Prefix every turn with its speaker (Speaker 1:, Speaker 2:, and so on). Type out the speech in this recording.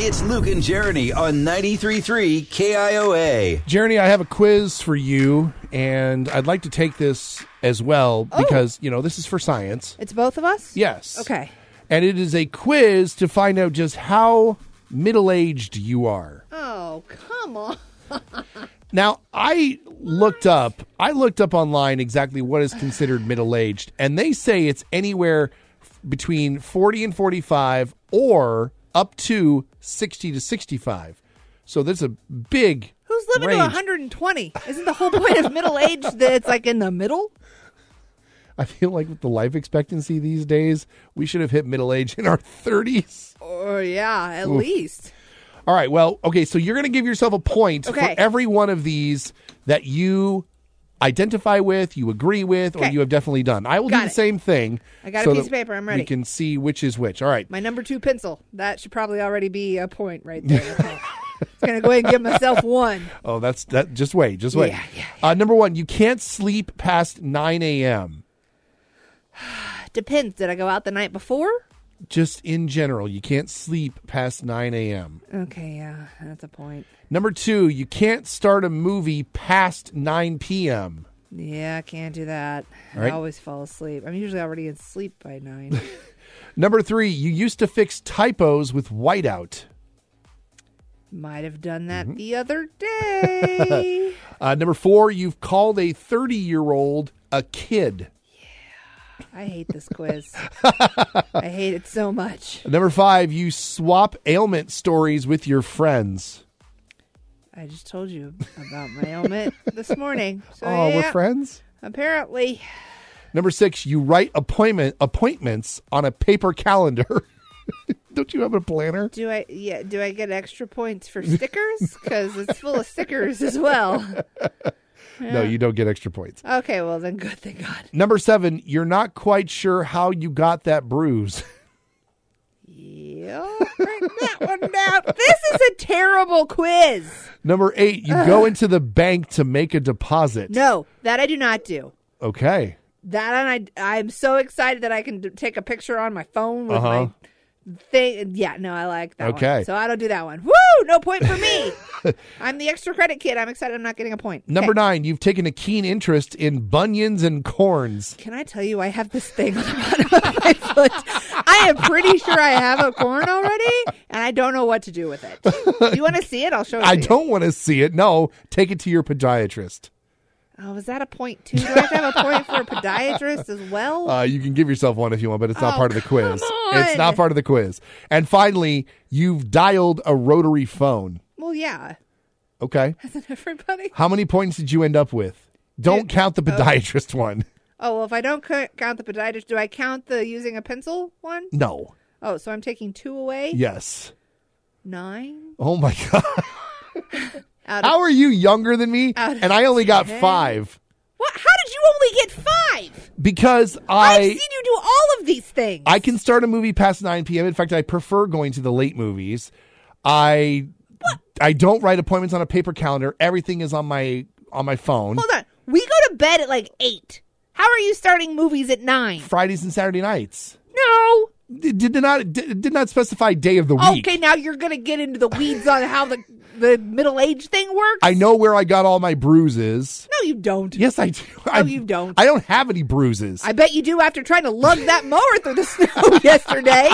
Speaker 1: It's Luke and Jeremy on 93.3 KIOA.
Speaker 2: Jeremy, I have a quiz for you, and I'd like to take this as well
Speaker 3: Oh.
Speaker 2: because, you know, this is for science.
Speaker 3: It's both of us?
Speaker 2: Yes.
Speaker 3: Okay.
Speaker 2: And it is a quiz to find out just how middle aged you are.
Speaker 3: Oh, come on.
Speaker 2: Now, I looked up, I looked up online exactly what is considered middle aged, and they say it's anywhere f- between 40 and 45 or up to 60 to 65. So there's a big.
Speaker 3: Who's living
Speaker 2: range.
Speaker 3: to 120? Isn't the whole point of middle age that it's like in the middle?
Speaker 2: I feel like with the life expectancy these days, we should have hit middle age in our 30s.
Speaker 3: Or, Oh, yeah, at least.
Speaker 2: All right. Well, okay. So you're going to give yourself a point
Speaker 3: Okay.
Speaker 2: for every one of these that you identify with, you agree with, or
Speaker 3: Okay.
Speaker 2: you have definitely done. I will do
Speaker 3: Got
Speaker 2: the
Speaker 3: it.
Speaker 2: same thing.
Speaker 3: I got a
Speaker 2: so
Speaker 3: piece
Speaker 2: that
Speaker 3: of paper, I'm ready.
Speaker 2: We can see which is which. All right.
Speaker 3: My number two pencil. That should probably already be a point right there. It's going to go ahead and give myself one.
Speaker 2: Oh, that's that. Just wait. Just wait.
Speaker 3: Yeah, yeah,
Speaker 2: Uh, number one, you can't sleep past 9 a.m.
Speaker 3: Depends. Did I go out the night before?
Speaker 2: Just in general, you can't sleep past 9 a.m.
Speaker 3: Okay, yeah, that's a point.
Speaker 2: Number two, you can't start a movie past 9 p.m.
Speaker 3: Yeah, I can't do that.
Speaker 2: All right.
Speaker 3: I always fall asleep. I'm usually already in sleep by nine.
Speaker 2: Number three, you used to fix typos with whiteout.
Speaker 3: Might have done that
Speaker 2: Mm-hmm.
Speaker 3: the other day.
Speaker 2: Uh, number four, you've called a 30 year old a kid.
Speaker 3: I hate this quiz. I hate it so much.
Speaker 2: Number five, you swap ailment stories with your friends.
Speaker 3: I just told you about my ailment this morning. So,
Speaker 2: oh,
Speaker 3: yeah,
Speaker 2: we're friends?
Speaker 3: Apparently,
Speaker 2: Number six, you write appointment appointments on a paper calendar. Don't you have a planner?
Speaker 3: do I? Yeah, do I get extra points for stickers? Because it's full of stickers as well.
Speaker 2: No, you don't get extra points.
Speaker 3: Okay, well then, good. Thank God.
Speaker 2: Number seven, you're not quite sure how you got that bruise.
Speaker 3: Yeah, bring that one down. This is a terrible quiz.
Speaker 2: Number eight, you go into the bank to make a deposit.
Speaker 3: No, that I do not do.
Speaker 2: Okay.
Speaker 3: That and I, I'm so excited that I can d- take a picture on my phone with
Speaker 2: Uh-huh.
Speaker 3: my thing. Yeah, no, I like that. one.
Speaker 2: Okay.
Speaker 3: so I don't do that one. Woo! No point for me. I'm the extra credit kid. I'm excited. I'm not getting a point.
Speaker 2: Number
Speaker 3: Okay.
Speaker 2: nine, you've taken a keen interest in bunions and corns.
Speaker 3: Can I tell you I have this thing on the bottom of my foot? I am pretty sure I have a corn already, and I don't know what to do with it. Do you want to see it? I'll show it.
Speaker 2: I
Speaker 3: to you.
Speaker 2: don't want to see it. No, take it to your podiatrist.
Speaker 3: Oh, is that a point too? Do I have to have a point for a podiatrist as well?
Speaker 2: Uh, you can give yourself one if you want, but it's not
Speaker 3: Oh,
Speaker 2: part of the quiz.
Speaker 3: come
Speaker 2: It's not
Speaker 3: on.
Speaker 2: part of the quiz. And finally, you've dialed a rotary phone.
Speaker 3: well, yeah.
Speaker 2: Okay.
Speaker 3: Isn't everybody?
Speaker 2: How many points did you end up with? Don't count the podiatrist one.
Speaker 3: Oh, well, if I don't c- count the podiatrist, do I count the using a pencil one?
Speaker 2: No.
Speaker 3: Oh, so I'm taking two away?
Speaker 2: Yes.
Speaker 3: Nine?
Speaker 2: Oh my god.
Speaker 3: Out of,
Speaker 2: How are you younger than me?
Speaker 3: Out of
Speaker 2: And I only got
Speaker 3: ten.
Speaker 2: five
Speaker 3: what? How did you only get five?
Speaker 2: because
Speaker 3: I've
Speaker 2: I
Speaker 3: seen you do all of these things.
Speaker 2: I can start a movie past 9 p.m. In fact, I prefer going to the late movies. I I don't write appointments on a paper calendar. Everything is on my on my phone.
Speaker 3: Hold on. We go to bed at like eight. How are you starting movies at nine?
Speaker 2: Fridays and Saturday nights.
Speaker 3: No.
Speaker 2: D- Did not did did not specify day of the week.
Speaker 3: Okay, now you're gonna get into the weeds on how the the middle age thing works.
Speaker 2: I know where I got all my bruises.
Speaker 3: no, you don't.
Speaker 2: Yes, I do. No, I,
Speaker 3: you don't.
Speaker 2: I don't have any bruises.
Speaker 3: I bet you do after trying to lug that mower through the snow yesterday.